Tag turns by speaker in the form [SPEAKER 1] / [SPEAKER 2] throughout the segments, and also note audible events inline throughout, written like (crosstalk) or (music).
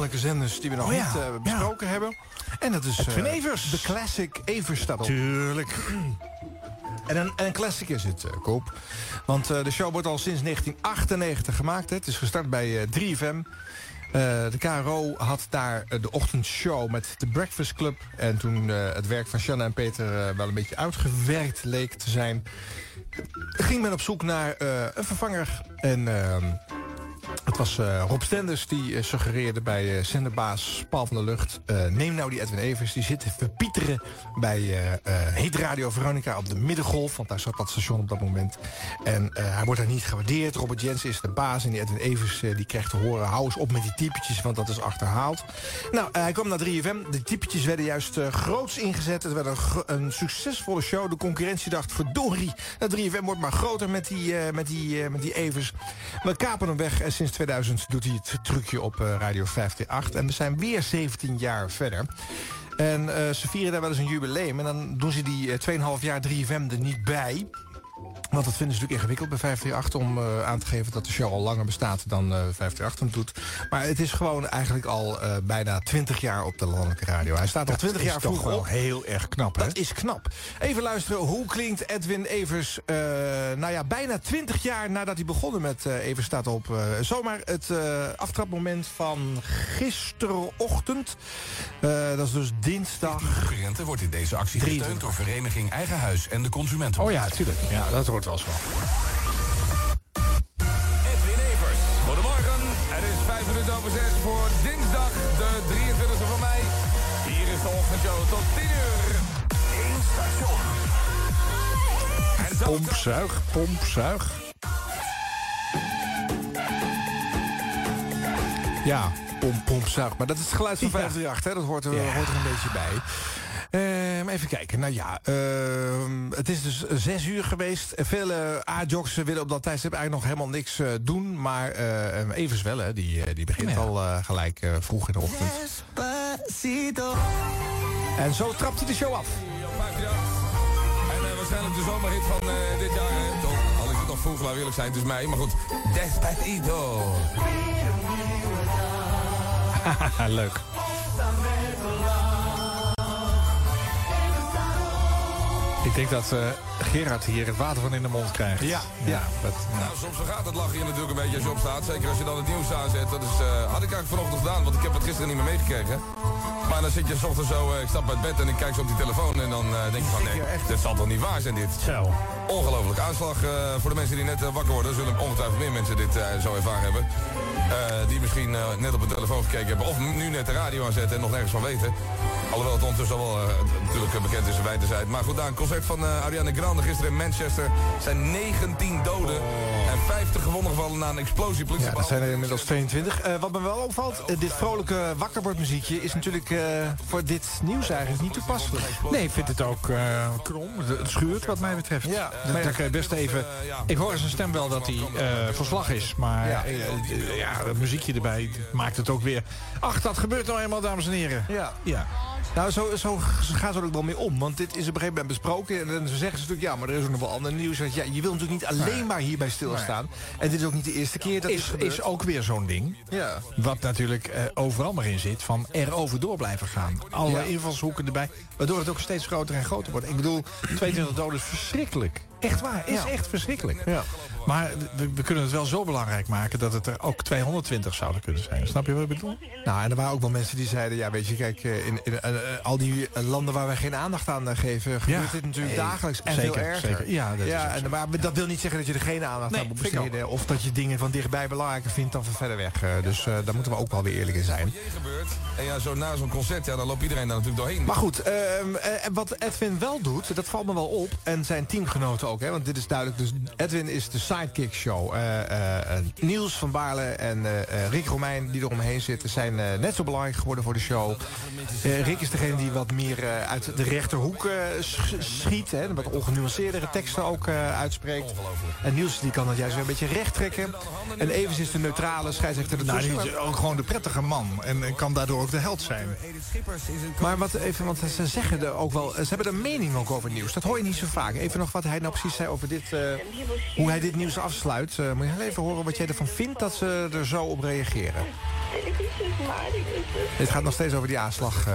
[SPEAKER 1] maatschappelijke zenders die we nog
[SPEAKER 2] Oh ja,
[SPEAKER 1] niet eh, besproken hebben. En dat is
[SPEAKER 2] Edwin
[SPEAKER 1] eh,
[SPEAKER 2] Evers.
[SPEAKER 1] de classic Everstaddel.
[SPEAKER 2] Tuurlijk.
[SPEAKER 1] En een, en een classic is het, eh, Koop. Want eh, de show wordt al sinds 1998 gemaakt. Hè. Het is gestart bij eh 3FM. Eh, de KRO had daar eh, de ochtendshow met de Breakfast Club. En toen eh, het werk van Shanna en Peter eh, wel een beetje uitgewerkt leek te zijn... ging men op zoek naar eh, een vervanger. En ehm, het was eh, Rob Stenders die eh, suggereerde bij eh zenderbaas Paul van der Lucht... eh, neem nou die Edwin Evers, die zit te verpieteren bij eh eh, Hit Radio Veronica op de Middengolf... want daar zat dat station op dat moment. En eh, hij wordt daar niet gewaardeerd. Robert Jensen is de baas en die Edwin Evers eh, die krijgt te horen... hou eens op met die typetjes, want dat is achterhaald. Nou, eh, hij kwam naar 3FM. De typetjes werden juist eh, groots ingezet. Het werd een, gro- een succesvolle show. De concurrentie dacht, verdorie, dat 3FM wordt maar groter met die, eh, met die, eh, met die Evers. We kapen hem weg en sinds 2000 doet hij het trucje op eh, Radio 538. En we zijn weer 17 jaar verder. En eh, ze vieren daar wel eens een jubileum. En dan doen ze die eh, 2,5 jaar 3FM er niet bij. Want dat vinden ze natuurlijk ingewikkeld bij 538 om eh, aan te geven dat de show al langer bestaat dan eh 538 hem doet. Maar het is gewoon eigenlijk al eh, bijna 20 jaar op de landelijke radio. Hij staat al 20 jaar
[SPEAKER 2] toch
[SPEAKER 1] vroeg
[SPEAKER 2] wel
[SPEAKER 1] op.
[SPEAKER 2] heel erg knap, hè?
[SPEAKER 1] Dat is knap. Even luisteren, hoe klinkt Edwin Evers... eh, nou ja, bijna 20 jaar nadat hij begonnen met eh, Evers staat op... eh, zomaar het eh, aftrapmoment van gisterenochtend. Eh, dat is dus dinsdag.
[SPEAKER 3] Concurrenten wordt in deze actie gesteund door Vereniging Eigen Huis en de Consumenten.
[SPEAKER 2] Oh ja, tuurlijk. Ja, dat hoort wel zo.
[SPEAKER 3] Edwin Evers. Goedemorgen. Het is 5 minuten over 6 voor dinsdag, de 23e van mei. Hier is de ochtendshow tot 10 uur. Eén station. En zo
[SPEAKER 2] Pomp, zuig, pomp, zuig.
[SPEAKER 1] Ja, pomp, pomp, zuig. Maar dat is het geluid van
[SPEAKER 2] Ja.
[SPEAKER 1] 538, hè? dat hoort er,
[SPEAKER 2] Ja.
[SPEAKER 1] hoort er een beetje bij. Ehm, even kijken, nou ja, ehm, het is dus zes uur geweest. Vele A-jocks willen op dat tijdstip eigenlijk nog helemaal niks eh, doen. Maar eh Evers wel, hè? Die, eh, die begint
[SPEAKER 2] Ja.
[SPEAKER 1] al eh, gelijk eh, vroeg in de ochtend. En zo trapt hij de show af.
[SPEAKER 3] op 538. En eh, waarschijnlijk de zomerhit van eh, dit jaar. eh, toch, al is het nog vroeg, laten we eerlijk zijn, het is mei. Maar goed, Despacito.
[SPEAKER 2] Ah, leuk. Ik denk dat eh, Gerard hier het water van in de mond krijgt.
[SPEAKER 1] Ja, ja.
[SPEAKER 2] Dat, nou,
[SPEAKER 3] Nou, soms vergaat het lachen je natuurlijk een beetje als je opstaat. Zeker als je dan het nieuws aanzet. Dat is, eh, had ik eigenlijk vanochtend gedaan, want ik heb het gisteren niet meer meegekregen. Maar dan zit je 's ochtends zo, eh, ik stap uit bed en ik kijk zo op die telefoon. En dan eh, denk je van, nee, dit zal toch niet waar zijn dit.
[SPEAKER 2] zo.
[SPEAKER 3] Ongelooflijk aanslag eh, voor de mensen die net eh, wakker worden. Zullen ongetwijfeld meer mensen dit eh, zo ervaren hebben. Eh, die misschien eh, net op hun telefoon gekeken hebben. Of nu net de radio aanzetten en nog nergens van weten. Alhoewel het ondertussen al wel eh, natuurlijk eh, bekend is in wijdheid. Maar goed, na een concert van eh Ariana Grande gisteren in Manchester... zijn 19 doden en 50 gewonden gevallen na een explosie. Politie
[SPEAKER 1] Ja, dat zijn er inmiddels 22. Eh, wat me wel opvalt, eh, dit vrolijke wakkerbordmuziekje... is natuurlijk eh, voor dit nieuws eigenlijk niet toepasselijk.
[SPEAKER 2] Nee, ik vind het ook eh, krom. Het schuurt wat mij betreft.
[SPEAKER 1] Ja.
[SPEAKER 2] Dat- daar kan je best even... Ik hoor zijn stem wel dat hij eh, verslag is. Maar
[SPEAKER 1] Ja.
[SPEAKER 2] ja. ja, dat muziekje erbij maakt het ook weer... Ach, dat gebeurt nou eenmaal, dames en heren.
[SPEAKER 1] Ja.
[SPEAKER 2] Ja.
[SPEAKER 1] Nou, zo, zo gaan ze er ook wel mee om. Want dit is op een gegeven moment besproken. En dan zeggen ze natuurlijk, ja, maar er is ook nog wel ander nieuws. Want ja, je wil natuurlijk niet alleen maar hierbij stilstaan. En dit is ook niet de eerste keer dat
[SPEAKER 2] Is,
[SPEAKER 1] dit
[SPEAKER 2] is ook weer zo'n ding.
[SPEAKER 1] Ja.
[SPEAKER 2] Wat natuurlijk eh, overal maar in zit. Van erover door blijven gaan. Alle
[SPEAKER 1] Ja.
[SPEAKER 2] invalshoeken erbij. Waardoor het ook steeds groter en groter wordt. Ik bedoel, 22 doden is verschrikkelijk. Echt waar. Is
[SPEAKER 1] Ja.
[SPEAKER 2] echt verschrikkelijk.
[SPEAKER 1] Ja.
[SPEAKER 2] Maar we, we kunnen het wel zo belangrijk maken... dat het er ook 220 zouden kunnen zijn. Snap je wat ik bedoel?
[SPEAKER 1] Nou, en er waren ook wel mensen die zeiden... ja, weet je, kijk, eh, in, in, eh, eh, al die eh, landen waar wij geen aandacht aan eh, geven... gebeurt dit natuurlijk
[SPEAKER 2] Nee.
[SPEAKER 1] dagelijks en
[SPEAKER 2] Zeker,
[SPEAKER 1] veel erger.
[SPEAKER 2] zeker. Ja, dat is ook
[SPEAKER 1] en, maar dat wil niet zeggen dat je er geen aandacht
[SPEAKER 2] Nee,
[SPEAKER 1] aan moet
[SPEAKER 2] vind ik ook.
[SPEAKER 1] besteden... of dat je dingen van dichtbij belangrijker vindt dan van verder weg. Eh, dus eh, daar moeten we ook wel weer eerlijk in zijn.
[SPEAKER 3] gebeurd. En ja, zo na zo'n concert, ja, dan loopt iedereen daar natuurlijk doorheen.
[SPEAKER 1] Maar goed, ehm, eh, wat Edwin wel doet, dat valt me wel op. En zijn teamgenoten ook, hè, want dit is duidelijk. Dus Edwin is de sidekick show. Eh, eh, eh, Niels van Baarle en eh, eh, Rick Romein, die eromheen zitten, zijn eh, net zo belangrijk geworden voor de show. Eh, Rick is degene die wat meer eh, uit de rechterhoek eh, sch- schiet. Hè, wat ongenuanceerdere teksten ook eh, uitspreekt. En Niels die kan dat juist weer een beetje recht trekken. En Evers is de neutrale scheidsrechter.
[SPEAKER 2] Nou,
[SPEAKER 1] ertussen.
[SPEAKER 2] die is ook gewoon de prettige man. En eh, kan daardoor ook de held zijn.
[SPEAKER 1] Maar wat even, want ze zeggen er ook wel, ze hebben er mening ook over nieuws. Dat hoor je niet zo vaak. Even nog wat hij nou precies zei over dit, eh, hoe hij dit nieuws afsluit. Eh, moet je heel even horen wat jij ervan vindt dat ze er zo op reageren.
[SPEAKER 4] ik wist het maar, ik wist het.
[SPEAKER 2] Dit gaat nog steeds over die aanslag eh,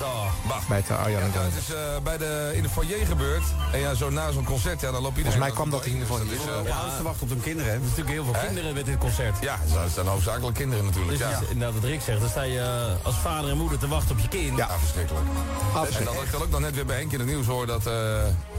[SPEAKER 3] Oh, bah.
[SPEAKER 2] bij het eh, Arjan
[SPEAKER 3] Ja,
[SPEAKER 2] en
[SPEAKER 3] nou,
[SPEAKER 2] Daan.
[SPEAKER 3] het is eh, bij de, in de foyer gebeurd. En ja, zo na zo'n concert, ja, dan loop iedereen...
[SPEAKER 2] mij kwam dat in ieder geval
[SPEAKER 3] Dus dat is, eh,
[SPEAKER 5] Ja, alles te wachten op hun kinderen. hè. Er zijn natuurlijk heel veel
[SPEAKER 3] Hè?
[SPEAKER 5] kinderen met dit concert.
[SPEAKER 3] Ja, dat zijn hoofdzakelijk kinderen natuurlijk.
[SPEAKER 5] Dus
[SPEAKER 3] ja.
[SPEAKER 5] ja.
[SPEAKER 3] Ja.
[SPEAKER 5] inderdaad wat Rick zegt, dan sta je eh, als vader en moeder te wachten op je kind.
[SPEAKER 3] verschrikkelijk. En dan
[SPEAKER 2] Absoluut.
[SPEAKER 3] had ik dan ook nog net weer bij Henk in het nieuws hoor dat... eh,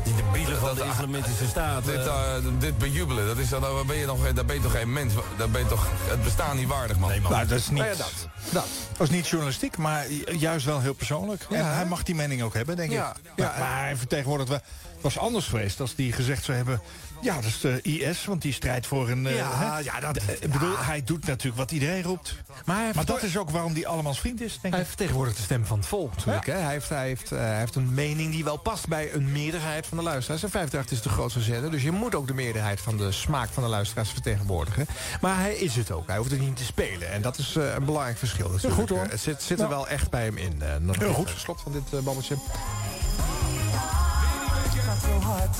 [SPEAKER 5] Die de bielen van
[SPEAKER 3] Dat-
[SPEAKER 5] de islamitische staat.
[SPEAKER 3] dit,
[SPEAKER 5] eh,
[SPEAKER 3] eh, dit bejubelen, dat is dan, dan ben je nog, daar ben je toch geen mens, daar ben je toch het bestaan niet waardig man.
[SPEAKER 2] Nou, dat is niet,
[SPEAKER 1] Nou ja,
[SPEAKER 2] dat.
[SPEAKER 1] dat.
[SPEAKER 2] was niet journalistiek, maar ju- juist wel heel persoonlijk. en hij mag die mening ook hebben, denk
[SPEAKER 1] Ja,
[SPEAKER 2] ik. Maar, maar hij vertegenwoordigt wel... Het was anders geweest als die gezegd zou hebben... Ja, dat is de IS, want die strijdt voor een... eh,
[SPEAKER 1] Ja,
[SPEAKER 2] hè.
[SPEAKER 1] ja, dat-
[SPEAKER 2] De- Ik bedoel, hij doet natuurlijk wat iedereen roept.
[SPEAKER 1] Maar hij heeft
[SPEAKER 2] Maar dat is ook waarom die allemans vriend is, denk
[SPEAKER 1] Hij
[SPEAKER 2] ik.
[SPEAKER 1] vertegenwoordigt de stem van het volk natuurlijk. Hè? Hij, heeft, hij, heeft, eh, hij heeft een mening die wel past bij een meerderheid van de luisteraars. En 538 is de grootste zender. Dus je moet ook de meerderheid van de smaak van de luisteraars vertegenwoordigen. Maar hij is het ook. Hij hoeft het niet te spelen. En dat is eh, een belangrijk verschil. natuurlijk.
[SPEAKER 2] goed, hoor.
[SPEAKER 1] Eh, Het zit, zit er
[SPEAKER 2] Ja.
[SPEAKER 1] wel echt bij hem in. Eh, nog
[SPEAKER 2] Heel
[SPEAKER 1] even
[SPEAKER 2] goed.
[SPEAKER 1] het Slot van dit eh, babbeltje.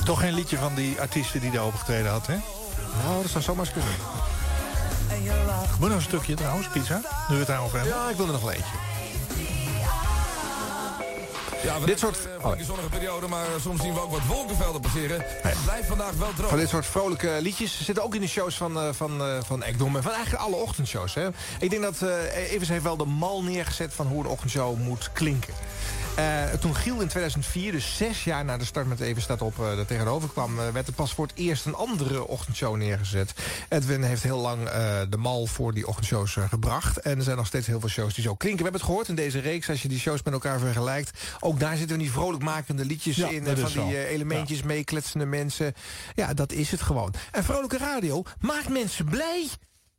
[SPEAKER 2] Toch geen liedje van die artiesten die daar opgetreden had, hè?
[SPEAKER 1] Nou, dat zou zomaar eens kunnen.
[SPEAKER 2] Moet nog een stukje trouwens, pizza. Nu we het daarover hebben.
[SPEAKER 1] Ja, ik wil er nog wel eentje.
[SPEAKER 3] Ja, we
[SPEAKER 2] Dit
[SPEAKER 3] hebben,
[SPEAKER 2] soort-
[SPEAKER 3] eh, Voor een zonnige periode, maar eh, soms zien we ook wat wolkenvelden passeren. Het blijft vandaag wel droog.
[SPEAKER 1] Van dit soort vrolijke liedjes zitten ook in de shows van, eh, van, eh, van Ekdom. En van eigenlijk alle ochtendshows. Hè. Ik denk dat eh Evers heeft wel de mal neergezet van hoe een ochtendshow moet klinken. Eh, toen Giel in 2004, dus zes jaar na de start met Even staat op, eh er tegenover kwam... eh, werd er pas voor het eerst een andere ochtendshow neergezet. Edwin heeft heel lang eh, de mal voor die ochtendshows eh, gebracht. En er zijn nog steeds heel veel shows die zo klinken. We hebben het gehoord in deze reeks, als je die shows met elkaar vergelijkt. Ook daar zitten die vrolijkmakende liedjes
[SPEAKER 2] Ja,
[SPEAKER 1] in.
[SPEAKER 2] dat
[SPEAKER 1] eh, Van
[SPEAKER 2] is
[SPEAKER 1] die
[SPEAKER 2] zo.
[SPEAKER 1] eh, elementjes meekletsende mensen. Ja, dat is het gewoon. En vrolijke radio maakt mensen blij.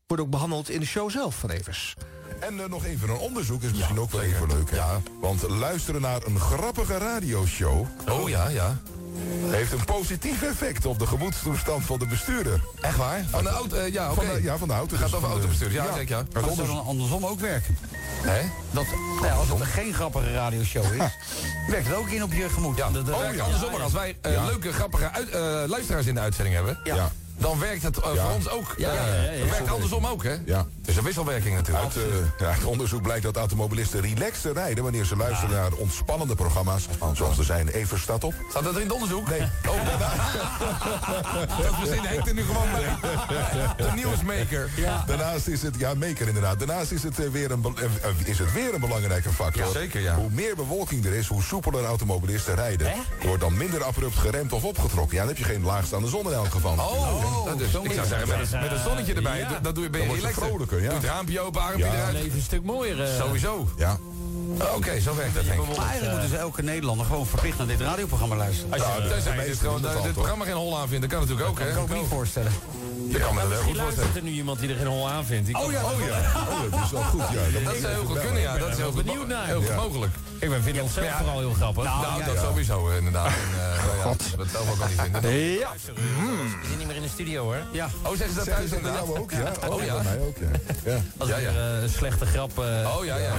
[SPEAKER 1] Wordt ook behandeld in de show zelf van Evers.
[SPEAKER 6] En eh, nog even, een onderzoek is misschien ook wel even leuk. Hè? Want luisteren naar een grappige radioshow...
[SPEAKER 3] Oh ja, ja.
[SPEAKER 6] heeft een positief effect op de gemoedstoestand van de bestuurder.
[SPEAKER 3] Echt waar? Van de auto, eh, ja, oké.
[SPEAKER 6] Van de, ja, van de auto.
[SPEAKER 3] Gaat over autobestuur, ja, zeker, ja.
[SPEAKER 6] Het
[SPEAKER 3] Gaat
[SPEAKER 5] Dat zou
[SPEAKER 6] onderzoek-
[SPEAKER 5] dan andersom ook werken.
[SPEAKER 3] Hè?
[SPEAKER 5] Dat,
[SPEAKER 6] Oh,
[SPEAKER 5] nou ja, als het geen grappige radioshow is, werkt het ook in op je gemoed.
[SPEAKER 3] Ja,
[SPEAKER 5] Dat- dat
[SPEAKER 3] oh,
[SPEAKER 5] werkt
[SPEAKER 3] ja.
[SPEAKER 5] andersom,
[SPEAKER 3] andersom. Maar als wij eh, leuke, grappige uit- eh, luisteraars in de uitzending hebben...
[SPEAKER 6] Ja.
[SPEAKER 3] dan werkt het eh, voor ons ook.
[SPEAKER 5] Ja,
[SPEAKER 3] Eh,
[SPEAKER 5] ja, ja, ja,
[SPEAKER 3] Het
[SPEAKER 5] ja.
[SPEAKER 3] werkt andersom ook, hè?
[SPEAKER 6] Ja.
[SPEAKER 3] Dus een wisselwerking natuurlijk.
[SPEAKER 6] Uit eh, ja, het onderzoek blijkt dat automobilisten relaxter rijden... wanneer ze luisteren naar ontspannende programma's... zoals er zijn Everstad op. Oh,
[SPEAKER 3] Staat dat in het onderzoek? Nee. Oh, (laughs) dat verzin Henk er nu gewoon bij.
[SPEAKER 6] (laughs)
[SPEAKER 3] De nieuwsmaker.
[SPEAKER 6] Daarnaast is het, ja, maker inderdaad. Daarnaast is het, eh, weer, een, be- eh, eh, is het weer een belangrijke factor.
[SPEAKER 3] Ja, zeker, ja.
[SPEAKER 6] Hoe meer bewolking er is, hoe soepeler automobilisten rijden. Er wordt dan minder abrupt geremd of opgetrokken. Ja, dan heb je geen laagstaande zon in elk geval.
[SPEAKER 3] Oh, dat dus, ik zou zeggen, met, een- met een zonnetje erbij,
[SPEAKER 5] Ja.
[SPEAKER 3] dat- dat doe je bij je
[SPEAKER 6] Dan wordt het
[SPEAKER 3] relaxer.
[SPEAKER 6] vrolijker, ja.
[SPEAKER 3] Doe het raampje open, armpje
[SPEAKER 6] Ja.
[SPEAKER 5] Het
[SPEAKER 3] eruit.
[SPEAKER 5] leven een stuk mooier. eh.
[SPEAKER 3] Sowieso.
[SPEAKER 6] Ja.
[SPEAKER 3] Oké, zo werkt dat, Henk.
[SPEAKER 5] Maar eigenlijk moeten ze elke Nederlander gewoon verplicht naar dit radioprogramma luisteren.
[SPEAKER 3] Als je, tenzij je dit,
[SPEAKER 6] meesten
[SPEAKER 3] gewoon,
[SPEAKER 6] doen dat
[SPEAKER 3] eh,
[SPEAKER 6] al,
[SPEAKER 3] dit
[SPEAKER 6] toch?
[SPEAKER 3] programma geen hol aan vindt, dat kan natuurlijk ook, hè?
[SPEAKER 5] kan ik me niet voorstellen.
[SPEAKER 3] Je kan me dat wel
[SPEAKER 5] Misschien
[SPEAKER 3] goed voorstellen.
[SPEAKER 5] luistert er nu iemand die er geen hol aan vindt. Ik
[SPEAKER 6] Oh ja, oh ja. Oh, dat is wel goed, ja. Dan
[SPEAKER 3] (laughs)
[SPEAKER 6] moet
[SPEAKER 3] Dat
[SPEAKER 6] je
[SPEAKER 3] zou heel
[SPEAKER 6] even
[SPEAKER 3] goed
[SPEAKER 6] bellen.
[SPEAKER 3] kunnen, ja. Dat is heel goed
[SPEAKER 5] benieuwd naar. Oh,
[SPEAKER 3] Heel goed mogelijk.
[SPEAKER 5] Kijk, wij vinden onszelf
[SPEAKER 3] Ja.
[SPEAKER 5] vooral heel grappig.
[SPEAKER 3] Nou, dat sowieso, eh, inderdaad. En, eh, nou ja, Dat zelf ook al niet vinden.
[SPEAKER 2] Ja.
[SPEAKER 3] Hmm.
[SPEAKER 5] We zijn niet meer in de studio hoor. Ja,
[SPEAKER 3] Oh, zeggen ze dat
[SPEAKER 6] Zeggen
[SPEAKER 3] thuis
[SPEAKER 6] ze dat aan
[SPEAKER 3] inderdaad?
[SPEAKER 6] jou ook, ja?
[SPEAKER 3] (laughs) Oh, ja.
[SPEAKER 6] Bij mij ook, ja. ja.
[SPEAKER 5] als
[SPEAKER 3] Ja,
[SPEAKER 5] er
[SPEAKER 3] ja.
[SPEAKER 5] eh, een slechte grap... eh,
[SPEAKER 3] Oh ja, ja.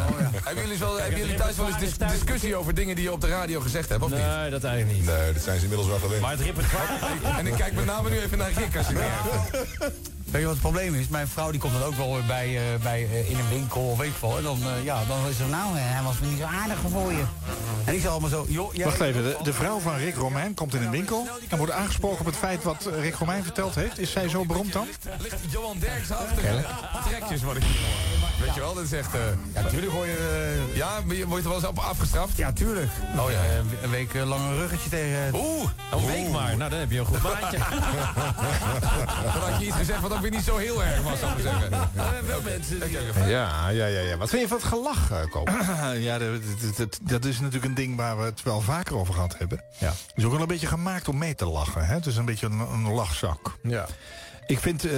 [SPEAKER 3] Hebben jullie, wel, hebben jullie
[SPEAKER 5] het
[SPEAKER 3] thuis wel eens
[SPEAKER 5] repertoire
[SPEAKER 3] dis-
[SPEAKER 5] is thuis-
[SPEAKER 3] discussie over dingen die je op de radio gezegd hebt, of niet?
[SPEAKER 5] nee, dat eigenlijk niet.
[SPEAKER 6] Nee, eh, dat zijn ze inmiddels wel gewend.
[SPEAKER 5] Maar het repertoire...
[SPEAKER 3] En ik kijk met name nu even naar Rick als je weer
[SPEAKER 5] Weet je wat het probleem is? Mijn vrouw die komt dan ook wel weer bij, eh, bij, eh, in een winkel of weet ik veel. En dan, eh, ja, dan is er nou, eh, hij was me niet zo aardig voor je. En ik zei allemaal zo, joh, jij...
[SPEAKER 2] Wacht even, de, de vrouw van Rick Romein komt in een winkel... en wordt aangesproken op het feit wat eh, Rick Romein verteld heeft. Is zij zo beroemd dan?
[SPEAKER 3] Ligt Johan Derks achter trekjes wat ik hier hoor. Weet je wel, dat is echt... eh,
[SPEAKER 5] Ja, natuurlijk hoor je...
[SPEAKER 3] ja, maar je wordt er wel eens op afgestraft?
[SPEAKER 5] ja, tuurlijk.
[SPEAKER 3] Oh ja.
[SPEAKER 5] Eh, een week eh, lang een ruggetje tegen... eh,
[SPEAKER 3] Oeh,
[SPEAKER 5] een week maar, nou dan heb je (laughs) een goed baantje.
[SPEAKER 3] dan had je iets gezegd wat ook weer niet zo heel erg was, zou ik maar zeggen.
[SPEAKER 2] Ja, ja, ja, ja. Wat vind je van het gelach, eh, Kopen? (clears throat) ja, dat, dat- dat- dat is natuurlijk een ding waar we het wel vaker over gehad hebben. Ja. Het is ook wel een beetje gemaakt om mee te lachen. Hè? Het is een beetje een, een lachzak.
[SPEAKER 1] Ja.
[SPEAKER 2] Ik vind, eh,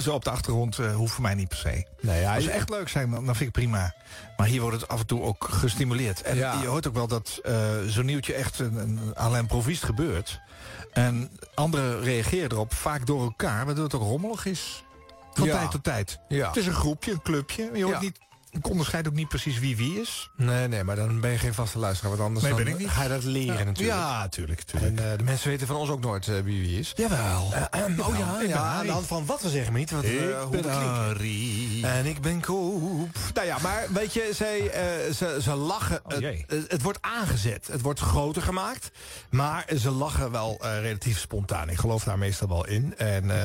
[SPEAKER 2] (laughs) zo op de achtergrond eh, hoeft voor mij niet per se.
[SPEAKER 1] Nee, ja,
[SPEAKER 2] Als
[SPEAKER 1] je-
[SPEAKER 2] ze echt leuk zijn, dan dan vind ik prima. Maar hier wordt het af en toe ook gestimuleerd. En
[SPEAKER 1] Ja.
[SPEAKER 2] je hoort ook wel dat eh, zo'n nieuwtje echt een, een à la improviest gebeurt. En anderen reageren erop vaak door elkaar, waardoor het ook rommelig is. Van
[SPEAKER 1] Ja.
[SPEAKER 2] tijd tot tijd.
[SPEAKER 1] Ja.
[SPEAKER 2] Het is een groepje, een clubje. Je hoort
[SPEAKER 1] Ja.
[SPEAKER 2] niet Ik onderscheid ook niet precies wie wie is.
[SPEAKER 1] Nee, nee, maar dan ben je geen vaste luisteraar. Want anders
[SPEAKER 2] Nee,
[SPEAKER 1] dan
[SPEAKER 2] ben ik niet.
[SPEAKER 1] ga je dat leren natuurlijk.
[SPEAKER 2] Ja, tuurlijk,
[SPEAKER 1] En
[SPEAKER 2] tuurlijk.
[SPEAKER 1] eh, de mensen weten van ons ook nooit eh, wie wie is.
[SPEAKER 2] Jawel.
[SPEAKER 1] oh ja,
[SPEAKER 2] nou, ik ben
[SPEAKER 1] ja aan
[SPEAKER 2] Harry.
[SPEAKER 1] de hand van wat we zeggen, maar niet wat, eh, hoe we klinken.
[SPEAKER 2] Harry.
[SPEAKER 1] En ik ben koop. Nou ja, maar weet je, zij, eh, ze, ze lachen.
[SPEAKER 2] Oh, jee.
[SPEAKER 1] het, het wordt aangezet. Het wordt groter gemaakt. Maar ze lachen wel eh, relatief spontaan. Ik geloof daar meestal wel in. En eh,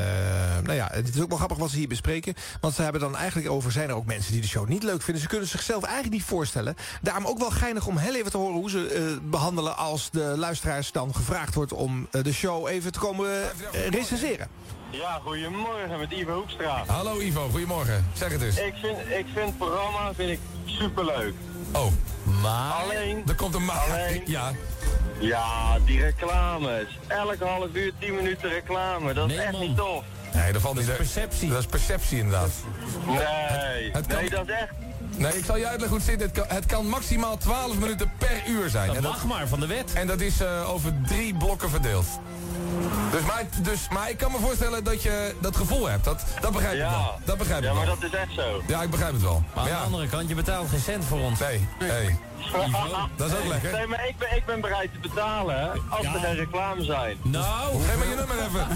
[SPEAKER 1] nou ja, het is ook wel grappig wat ze hier bespreken. Want ze hebben dan eigenlijk over... zijn er ook mensen die de show niet leuk vinden. Ze kunnen zichzelf eigenlijk niet voorstellen. Daarom ook wel geinig om heel even te horen hoe ze eh, behandelen... als de luisteraars dan gevraagd wordt om eh, de show even te komen eh, recenseren.
[SPEAKER 7] Ja, goedemorgen met Ivo Hoekstra.
[SPEAKER 3] Hallo Ivo, goedemorgen. Zeg het eens.
[SPEAKER 7] Ik vind, ik vind het programma vind ik superleuk.
[SPEAKER 3] Oh,
[SPEAKER 7] Alleen,
[SPEAKER 3] er komt een maar.
[SPEAKER 7] Alleen.
[SPEAKER 3] Ja,
[SPEAKER 7] ja, die reclames. Elk half uur 10 minuten reclame. Dat is
[SPEAKER 8] Nee,
[SPEAKER 7] echt
[SPEAKER 8] man.
[SPEAKER 7] niet tof.
[SPEAKER 3] nee, dat valt niet.
[SPEAKER 8] perceptie.
[SPEAKER 3] Dat is perceptie inderdaad.
[SPEAKER 7] Nee,
[SPEAKER 3] het kan-
[SPEAKER 7] nee, dat is echt...
[SPEAKER 3] Nee, ik zal je uitleggen hoe het zit. Het kan, het kan maximaal 12 minuten per uur zijn.
[SPEAKER 8] Dat
[SPEAKER 3] En dat-
[SPEAKER 8] mag maar van de wet.
[SPEAKER 3] En dat is eh, over drie blokken verdeeld. Dus maar, dus, maar ik kan me voorstellen dat je dat gevoel hebt. Dat, dat begrijp ik
[SPEAKER 7] Ja.
[SPEAKER 3] wel. Dat begrijp
[SPEAKER 7] Ja,
[SPEAKER 3] ik
[SPEAKER 7] maar
[SPEAKER 3] wel.
[SPEAKER 7] dat is echt zo.
[SPEAKER 3] Ja, ik begrijp het wel.
[SPEAKER 8] Maar
[SPEAKER 3] Maar
[SPEAKER 8] aan de
[SPEAKER 3] ja,
[SPEAKER 8] andere kant, je betaalt geen cent voor ons.
[SPEAKER 3] nee, nee. Dat is
[SPEAKER 7] (laughs)
[SPEAKER 3] ook lekker.
[SPEAKER 7] Nee, maar ik ben, ik ben bereid te betalen hè, als
[SPEAKER 8] Ja.
[SPEAKER 7] er geen reclame zijn.
[SPEAKER 8] Nou,
[SPEAKER 3] Geef maar je nummer even.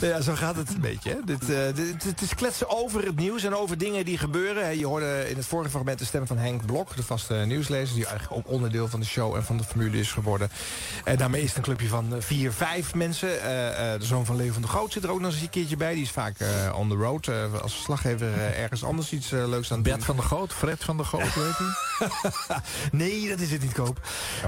[SPEAKER 1] Nou ja, zo gaat het een beetje. hè. Dit, eh, dit, het is kletsen over het nieuws en over dingen die gebeuren. Hè, Je hoorde in het vorige fragment de stem van Henk Blok, de vaste nieuwslezer... die eigenlijk ook onderdeel van de show en van de formule is geworden. En daarmee is het een clubje van eh, vier, vijf mensen. Eh, eh, de zoon van Leo van de Groot zit er ook nog eens een keertje bij. Die is vaak eh, on the road, eh, als verslaggever eh, ergens anders iets eh, leuks aan het doen.
[SPEAKER 2] Bert van der Goot, Fred van der Goot, weet
[SPEAKER 1] (laughs)
[SPEAKER 2] je?
[SPEAKER 1] Nee, dat is het niet koop.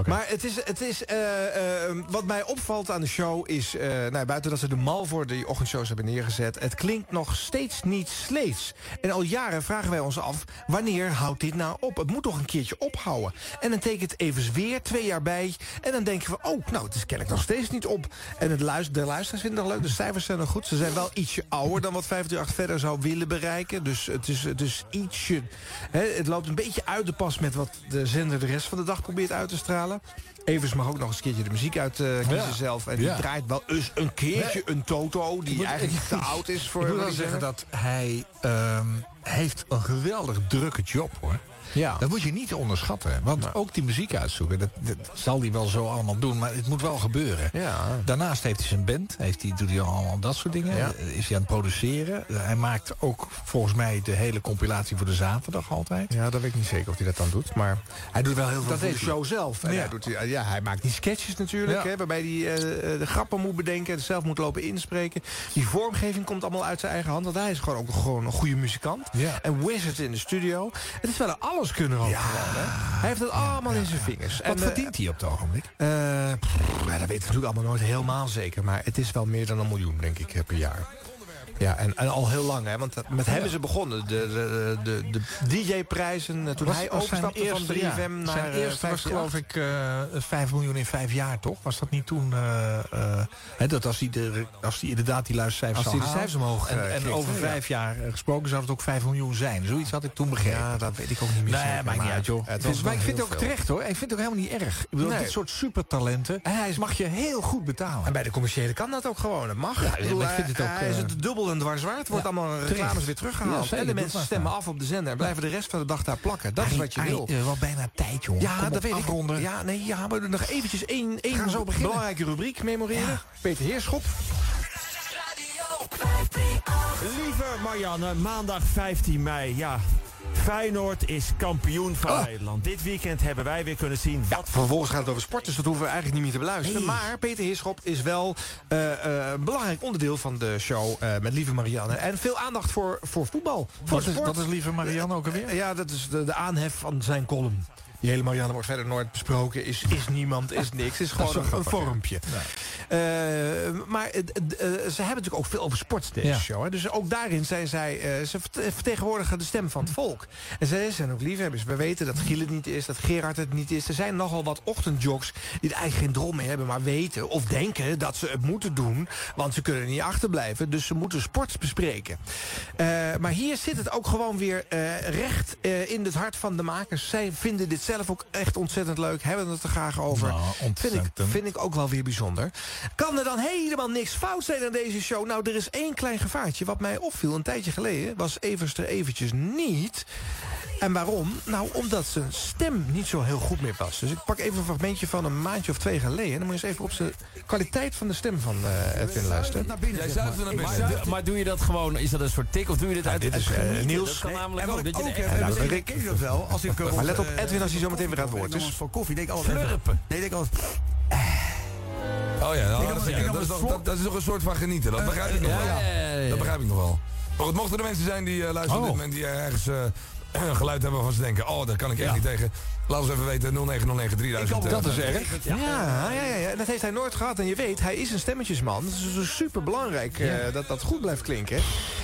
[SPEAKER 1] Maar het is, het is eh, eh, wat mij opvalt aan de show is... eh, nou, buiten dat ze de mal voor die ochtendshows hebben neergezet... het klinkt nog steeds niet sleets. En al jaren vragen wij ons af, wanneer houdt dit nou op? Het moet toch een keertje ophouden. En dan tekent Evers weer twee jaar bij. En dan denken we, oh, nou, het is kennelijk nog steeds niet op. En het luister, de luisteraars vinden het nog leuk, de cijfers zijn nog goed. Ze zijn wel ietsje ouder dan wat 538 verder zou willen bereiken. Dus het is, het is ietsje... Hè, het loopt een beetje uit de pas met wat de zender de rest van de dag probeert uit te stralen. Evers mag ook nog eens een keertje de muziek uitkiezen kiezen
[SPEAKER 2] Ja.
[SPEAKER 1] zelf. En die
[SPEAKER 2] Ja.
[SPEAKER 1] draait wel eens een keertje een Toto... die eigenlijk
[SPEAKER 2] (laughs)
[SPEAKER 1] te oud is voor...
[SPEAKER 2] Ik moet
[SPEAKER 1] voor
[SPEAKER 2] wel
[SPEAKER 1] die
[SPEAKER 2] zeggen
[SPEAKER 1] zender.
[SPEAKER 2] dat hij ehm, heeft een geweldig drukke job, hoor.
[SPEAKER 1] Ja. Nou.
[SPEAKER 2] Dat moet je niet onderschatten. Want ook die muziek uitzoeken, dat, dat zal hij wel zo allemaal doen. Maar het moet wel gebeuren.
[SPEAKER 1] Ja.
[SPEAKER 2] Daarnaast heeft hij zijn band. Heeft hij, doet hij allemaal dat soort dingen.
[SPEAKER 1] Ja.
[SPEAKER 2] Eh, Is hij aan het produceren. Eh, Hij maakt ook volgens mij de hele compilatie voor de zaterdag altijd.
[SPEAKER 1] Ja, dat weet ik niet zeker of hij dat dan doet. Maar hij doet wel heel veel
[SPEAKER 2] Dat
[SPEAKER 1] voor de
[SPEAKER 2] deed hij.
[SPEAKER 1] show zelf. En
[SPEAKER 2] Ja.
[SPEAKER 1] hij, doet, ja, hij maakt die sketches natuurlijk,
[SPEAKER 2] Ja.
[SPEAKER 1] hè, waarbij hij eh, eh, de grappen moet bedenken... zelf moet lopen inspreken. Die vormgeving komt allemaal uit zijn eigen hand... want hij is gewoon ook gewoon een goede muzikant.
[SPEAKER 2] Ja.
[SPEAKER 1] En wizard in de studio. Het is wel een alleskunner ook gewoon, hè. Hij heeft het allemaal in zijn vingers.
[SPEAKER 2] Wat
[SPEAKER 1] eh,
[SPEAKER 2] verdient hij op het ogenblik?
[SPEAKER 1] eh, pff, ja, dat weten we natuurlijk allemaal nooit helemaal zeker. Maar het is wel meer dan een miljoen, denk ik, eh, per jaar. Ja, en, en al heel lang, hè. Want dat- met hem is het begonnen. De, de, de, de DJ-prijzen, eh, toen
[SPEAKER 2] Was-
[SPEAKER 1] hij
[SPEAKER 2] was zijn
[SPEAKER 1] overstapte van 3FM
[SPEAKER 2] ja,
[SPEAKER 1] naar
[SPEAKER 2] Zijn
[SPEAKER 1] eh,
[SPEAKER 2] eerste was
[SPEAKER 1] 538.
[SPEAKER 2] geloof ik eh 5 miljoen in 5 jaar, toch? Was dat niet toen... eh, eh, hè, dat als hij, de, als hij inderdaad die luistercijfers
[SPEAKER 1] Als hij
[SPEAKER 2] zou
[SPEAKER 1] de
[SPEAKER 2] halen
[SPEAKER 1] cijfers omhoog
[SPEAKER 2] En,
[SPEAKER 1] eh,
[SPEAKER 2] en
[SPEAKER 1] krikt,
[SPEAKER 2] over
[SPEAKER 1] hè,
[SPEAKER 2] vijf jaar eh, gesproken zou het ook 5 miljoen zijn. Zoiets had ik toen
[SPEAKER 1] ja.
[SPEAKER 2] begrepen.
[SPEAKER 1] Ja, dat weet ik ook niet meer
[SPEAKER 2] Nee,
[SPEAKER 1] zeker,
[SPEAKER 2] maakt niet
[SPEAKER 1] maar
[SPEAKER 2] uit, joh.
[SPEAKER 1] het
[SPEAKER 2] Het
[SPEAKER 1] was
[SPEAKER 2] is,
[SPEAKER 1] wel
[SPEAKER 2] maar ik vind het
[SPEAKER 1] heel
[SPEAKER 2] ook
[SPEAKER 1] veel.
[SPEAKER 2] terecht, hoor. Ik vind het ook helemaal niet erg. Ik bedoel,
[SPEAKER 1] Nee.
[SPEAKER 2] dit soort supertalenten hij mag je heel goed
[SPEAKER 1] En
[SPEAKER 2] betalen.
[SPEAKER 1] bij de commerciële kan dat ook gewoon. Dat mag.
[SPEAKER 2] maar ik
[SPEAKER 1] bedoel,
[SPEAKER 2] vind het
[SPEAKER 1] hij-
[SPEAKER 2] ook,
[SPEAKER 1] hij is
[SPEAKER 2] eh,
[SPEAKER 1] het dubbel en dwars waard. Wordt
[SPEAKER 2] ja,
[SPEAKER 1] allemaal
[SPEAKER 2] terecht.
[SPEAKER 1] reclames weer
[SPEAKER 2] Ja,
[SPEAKER 1] teruggehaald.
[SPEAKER 2] zeker,
[SPEAKER 1] en de
[SPEAKER 2] doe
[SPEAKER 1] mensen
[SPEAKER 2] maar.
[SPEAKER 1] stemmen af op de zender. En blijven de rest van de dag daar plakken. Dat is wat je wil.
[SPEAKER 2] eh, wel bijna tijd, joh.
[SPEAKER 1] Ja, dat weet ik. Ja, nee, ja, maar nog eventjes één, één
[SPEAKER 2] Gaan zo beginnen.
[SPEAKER 1] belangrijke rubriek memoreren. Peter Heerschop.
[SPEAKER 9] Lieve Marianne, maandag 15 mei. Ja, Feyenoord is kampioen van
[SPEAKER 2] Oh.
[SPEAKER 9] Nederland. Dit weekend hebben wij weer kunnen zien wat
[SPEAKER 1] Vervolgens gaat het over sport, dus dat hoeven we eigenlijk niet meer te beluisteren. Maar Peter Heerschop is wel eh, eh, een belangrijk onderdeel van de show eh, met Lieve Marianne. En veel aandacht voor, voor voetbal. Voor
[SPEAKER 2] Wat is,
[SPEAKER 1] sport.
[SPEAKER 2] dat is liever Marianne ook alweer.
[SPEAKER 1] Ja, dat is de, de aanhef van zijn column. Die hele Marianne wordt verder nooit besproken. Is, is niemand, is niks.
[SPEAKER 2] (laughs)
[SPEAKER 1] Is gewoon
[SPEAKER 2] wel
[SPEAKER 1] een, een
[SPEAKER 2] grappig, ja.
[SPEAKER 1] vormpje. Eh, maar het- het- eh, ze hebben natuurlijk ook veel over sport deze
[SPEAKER 2] Ja.
[SPEAKER 1] show. Hè? Dus ook daarin zijn zij... eh, ze verte- vertegenwoordigen de stem van het volk. En zij zijn ook liefhebbers. We weten dat Giel het niet is, dat Gerard het niet is. Er zijn nogal wat ochtendjogs die er eigenlijk geen droom mee hebben... maar weten of denken dat ze het moeten doen... want ze kunnen niet achterblijven. Dus ze moeten sport bespreken. Eh, maar hier zit het ook gewoon weer eh, recht eh, in het hart van de makers. Zij vinden dit zelf ook echt ontzettend leuk. Hebben het er graag over.
[SPEAKER 2] Nou,
[SPEAKER 1] vind, ik,
[SPEAKER 2] ontzettend.
[SPEAKER 1] vind ik ook wel weer bijzonder. Kan er dan helemaal niks fout zijn aan deze show? Nou, er is één klein gevaartje wat mij opviel een tijdje geleden. Was Evers er eventjes niet. En waarom? Nou, omdat zijn stem niet zo heel goed meer was. Dus ik pak even een fragmentje van een maandje of twee geleden. Dan moet je eens even op de kwaliteit van de stem van eh Edwin luisteren.
[SPEAKER 3] Jij zuivert naar binnen.
[SPEAKER 5] Maar, maar doe je dat gewoon, is dat een soort tik of doe je dit uit,
[SPEAKER 1] dit
[SPEAKER 5] uit
[SPEAKER 1] is, eh,
[SPEAKER 5] genieten?
[SPEAKER 1] Niels.
[SPEAKER 5] Dat kan
[SPEAKER 1] Nee,
[SPEAKER 10] en
[SPEAKER 5] namelijk
[SPEAKER 10] wat
[SPEAKER 5] ook.
[SPEAKER 10] ik
[SPEAKER 5] Dat je
[SPEAKER 10] ook
[SPEAKER 5] er
[SPEAKER 10] heb,
[SPEAKER 5] echt
[SPEAKER 10] en
[SPEAKER 1] nou,
[SPEAKER 10] misschien
[SPEAKER 1] Rick-
[SPEAKER 10] ken je dat wel. Als ik, eh,
[SPEAKER 1] Maar let op
[SPEAKER 10] eh,
[SPEAKER 1] Edwin als hij zo meteen weer aan het
[SPEAKER 10] koffie
[SPEAKER 1] woord
[SPEAKER 10] neem,
[SPEAKER 1] is.
[SPEAKER 10] Voor koffie, denk ik altijd...
[SPEAKER 5] Slurpen.
[SPEAKER 10] Nee, denk ik altijd...
[SPEAKER 3] Oh ja, nou,
[SPEAKER 10] Ik
[SPEAKER 3] dat,
[SPEAKER 10] had-
[SPEAKER 3] is-
[SPEAKER 10] ik had
[SPEAKER 3] dat,
[SPEAKER 10] het
[SPEAKER 3] is toch-
[SPEAKER 10] voor-
[SPEAKER 3] dat, dat is toch een soort van genieten. Dat begrijp ik nog wel.
[SPEAKER 5] Eh, Ja, ja, ja, ja.
[SPEAKER 3] Dat begrijp ik nog wel. Maar goed, mochten er mensen zijn die eh, luisteren op
[SPEAKER 2] Oh.
[SPEAKER 3] dit moment, die eh, ergens eh, een geluid hebben waarvan ze denken, oh, daar kan ik echt niet tegen. Laat ons even weten, 09093000.
[SPEAKER 10] Ik kan-
[SPEAKER 3] eh,
[SPEAKER 10] dat is
[SPEAKER 3] eh,
[SPEAKER 10] erg.
[SPEAKER 1] Ja, ja, ja, ja. En dat heeft hij nooit gehad. En je weet, hij is een stemmetjesman. Dus het is dus super belangrijk dat dat goed blijft klinken.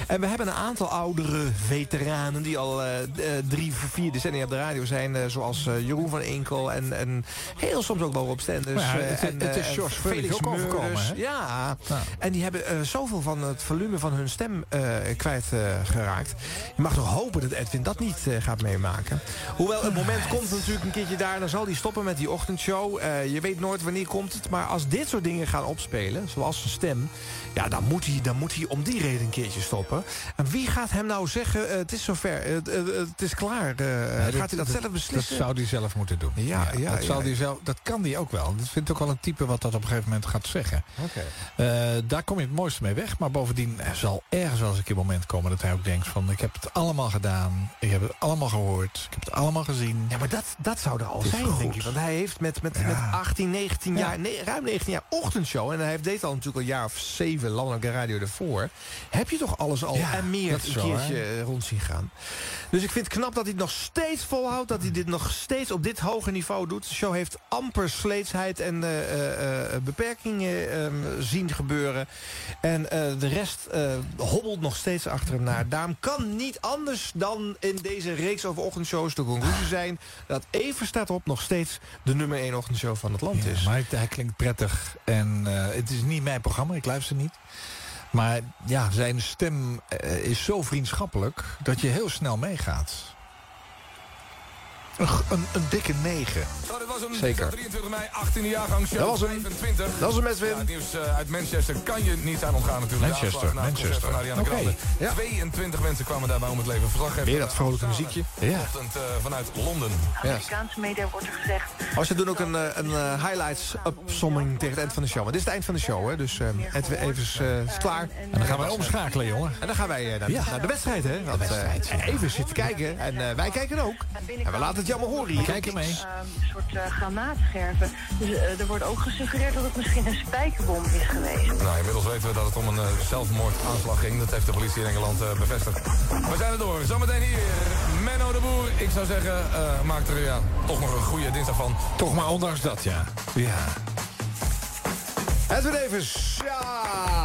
[SPEAKER 1] En we hebben een aantal oudere veteranen die al eh, d- eh, drie, vier decennia op de radio zijn. eh, zoals eh, Jeroen van Inkel en, en heel soms ook wel Rob Stenders.
[SPEAKER 2] Maar ja,
[SPEAKER 1] eh,
[SPEAKER 2] het-
[SPEAKER 1] en,
[SPEAKER 2] het
[SPEAKER 1] eh,
[SPEAKER 2] is
[SPEAKER 1] en
[SPEAKER 2] George Frunnik
[SPEAKER 1] Felix
[SPEAKER 2] ook overkomen,
[SPEAKER 1] Meurders.
[SPEAKER 2] hè?
[SPEAKER 1] Ja.
[SPEAKER 2] Ja.
[SPEAKER 1] En die hebben eh, zoveel van het volume van hun stem eh, kwijt kwijtgeraakt. Je mag toch hopen dat Edwin dat niet eh, gaat meemaken. Hoewel, het moment komt natuurlijk een keertje daar. Dan zal hij stoppen met die ochtendshow. Eh, je weet nooit wanneer komt het. Maar als dit soort dingen gaan opspelen, zoals zijn stem... ja, dan moet hij, dan moet hij om die reden een keertje stoppen. En wie gaat hem nou zeggen, eh, het is zover, eh, het- eh, het is klaar. eh, gaat hij dat, zelf
[SPEAKER 2] Dat
[SPEAKER 1] beslissen?
[SPEAKER 2] zou hij zelf moeten doen.
[SPEAKER 1] Ja, ja,
[SPEAKER 2] dat,
[SPEAKER 1] ja.
[SPEAKER 2] zal die zelf, dat kan hij ook wel. Dat vindt ook wel een type wat dat op een gegeven moment gaat zeggen.
[SPEAKER 1] Oké.
[SPEAKER 2] Eh, daar kom je het mooiste mee weg. Maar bovendien er zal ergens wel eens een keer een moment komen dat hij ook denkt van ik heb het allemaal gedaan. Ik heb het allemaal gehoord. Ik heb het allemaal gezien.
[SPEAKER 1] Ja, maar dat, dat zou er al
[SPEAKER 2] is
[SPEAKER 1] zijn,
[SPEAKER 2] goed.
[SPEAKER 1] denk ik. Want hij heeft met, met, met 18, 19 jaar, nee, ruim 19 jaar ochtendshow... en hij heeft- deed al natuurlijk een jaar of zeven landelijke radio ervoor... heb je toch alles al
[SPEAKER 2] Ja,
[SPEAKER 1] en meer
[SPEAKER 2] dat is
[SPEAKER 1] een
[SPEAKER 2] zo,
[SPEAKER 1] keertje
[SPEAKER 2] hè?
[SPEAKER 1] eh, rond zien gaan. Dus ik vind het knap dat hij het nog steeds volhoudt... dat hij dit nog steeds op dit hoge niveau doet. De show heeft amper sleetsheid en eh, eh, eh, beperkingen ehm, zien gebeuren. En eh, de rest eh, hobbelt nog steeds achter hem naar. Daarom kan niet anders dan in deze reeks over ochtendshows de conclusie zijn... dat Even staat op nog steeds de nummer 1 ochtendshow van het land
[SPEAKER 2] Ja,
[SPEAKER 1] is.
[SPEAKER 2] maar het- hij klinkt prettig. En eh, het is niet mijn programma, ik luister niet. Maar ja, zijn stem eh, is zo vriendschappelijk dat je heel snel meegaat. Een, g- een, een dikke negen.
[SPEAKER 3] Oh, dat was hem.
[SPEAKER 2] Zeker.
[SPEAKER 3] 23 mei, 18e jaargang, show
[SPEAKER 2] Dat was hem.
[SPEAKER 3] 25.
[SPEAKER 1] Dat is een met
[SPEAKER 3] Ja, het nieuws eh, uit Manchester kan je niet aan ontgaan natuurlijk.
[SPEAKER 2] Manchester,
[SPEAKER 3] De aanslag na het concert
[SPEAKER 2] Manchester.
[SPEAKER 3] Van Ariana
[SPEAKER 2] Oké,
[SPEAKER 3] Grande.
[SPEAKER 2] ja.
[SPEAKER 3] 22 mensen kwamen daarbij om het leven. Verslag
[SPEAKER 1] Weer dat vrolijke muziekje.
[SPEAKER 2] Ja.
[SPEAKER 3] Ochtend eh, vanuit Londen.
[SPEAKER 11] Amerikaanse media wordt er gezegd...
[SPEAKER 1] Als ze doen ook een, eh, een eh, highlights-opsomming tegen het eind van de show. Maar dit is het eind van de show, hè? dus eh Edwin Evers eh, is klaar.
[SPEAKER 2] En dan gaan wij omschakelen, jongen.
[SPEAKER 1] En dan gaan wij eh, naar, naar de wedstrijd, hè? Want, eh, Evers zit te kijken en eh, wij kijken ook. En we laten het jammer horen hier.
[SPEAKER 2] Kijk hem mee.
[SPEAKER 11] ehm, een soort eh, granaatscherven. Dus eh, er wordt ook gesuggereerd dat het misschien een spijkerbom is geweest.
[SPEAKER 3] Nou, inmiddels weten we dat het om een eh, zelfmoordaanslag ging. Dat heeft de politie in Engeland eh, bevestigd. We zijn er door. Zometeen hier. Menno de Boer. Ik zou zeggen, eh, maak er ja, toch nog een goede dinsdag van.
[SPEAKER 2] Toch maar ondanks dat, ja. Ja.
[SPEAKER 1] Edwin Evers, ja!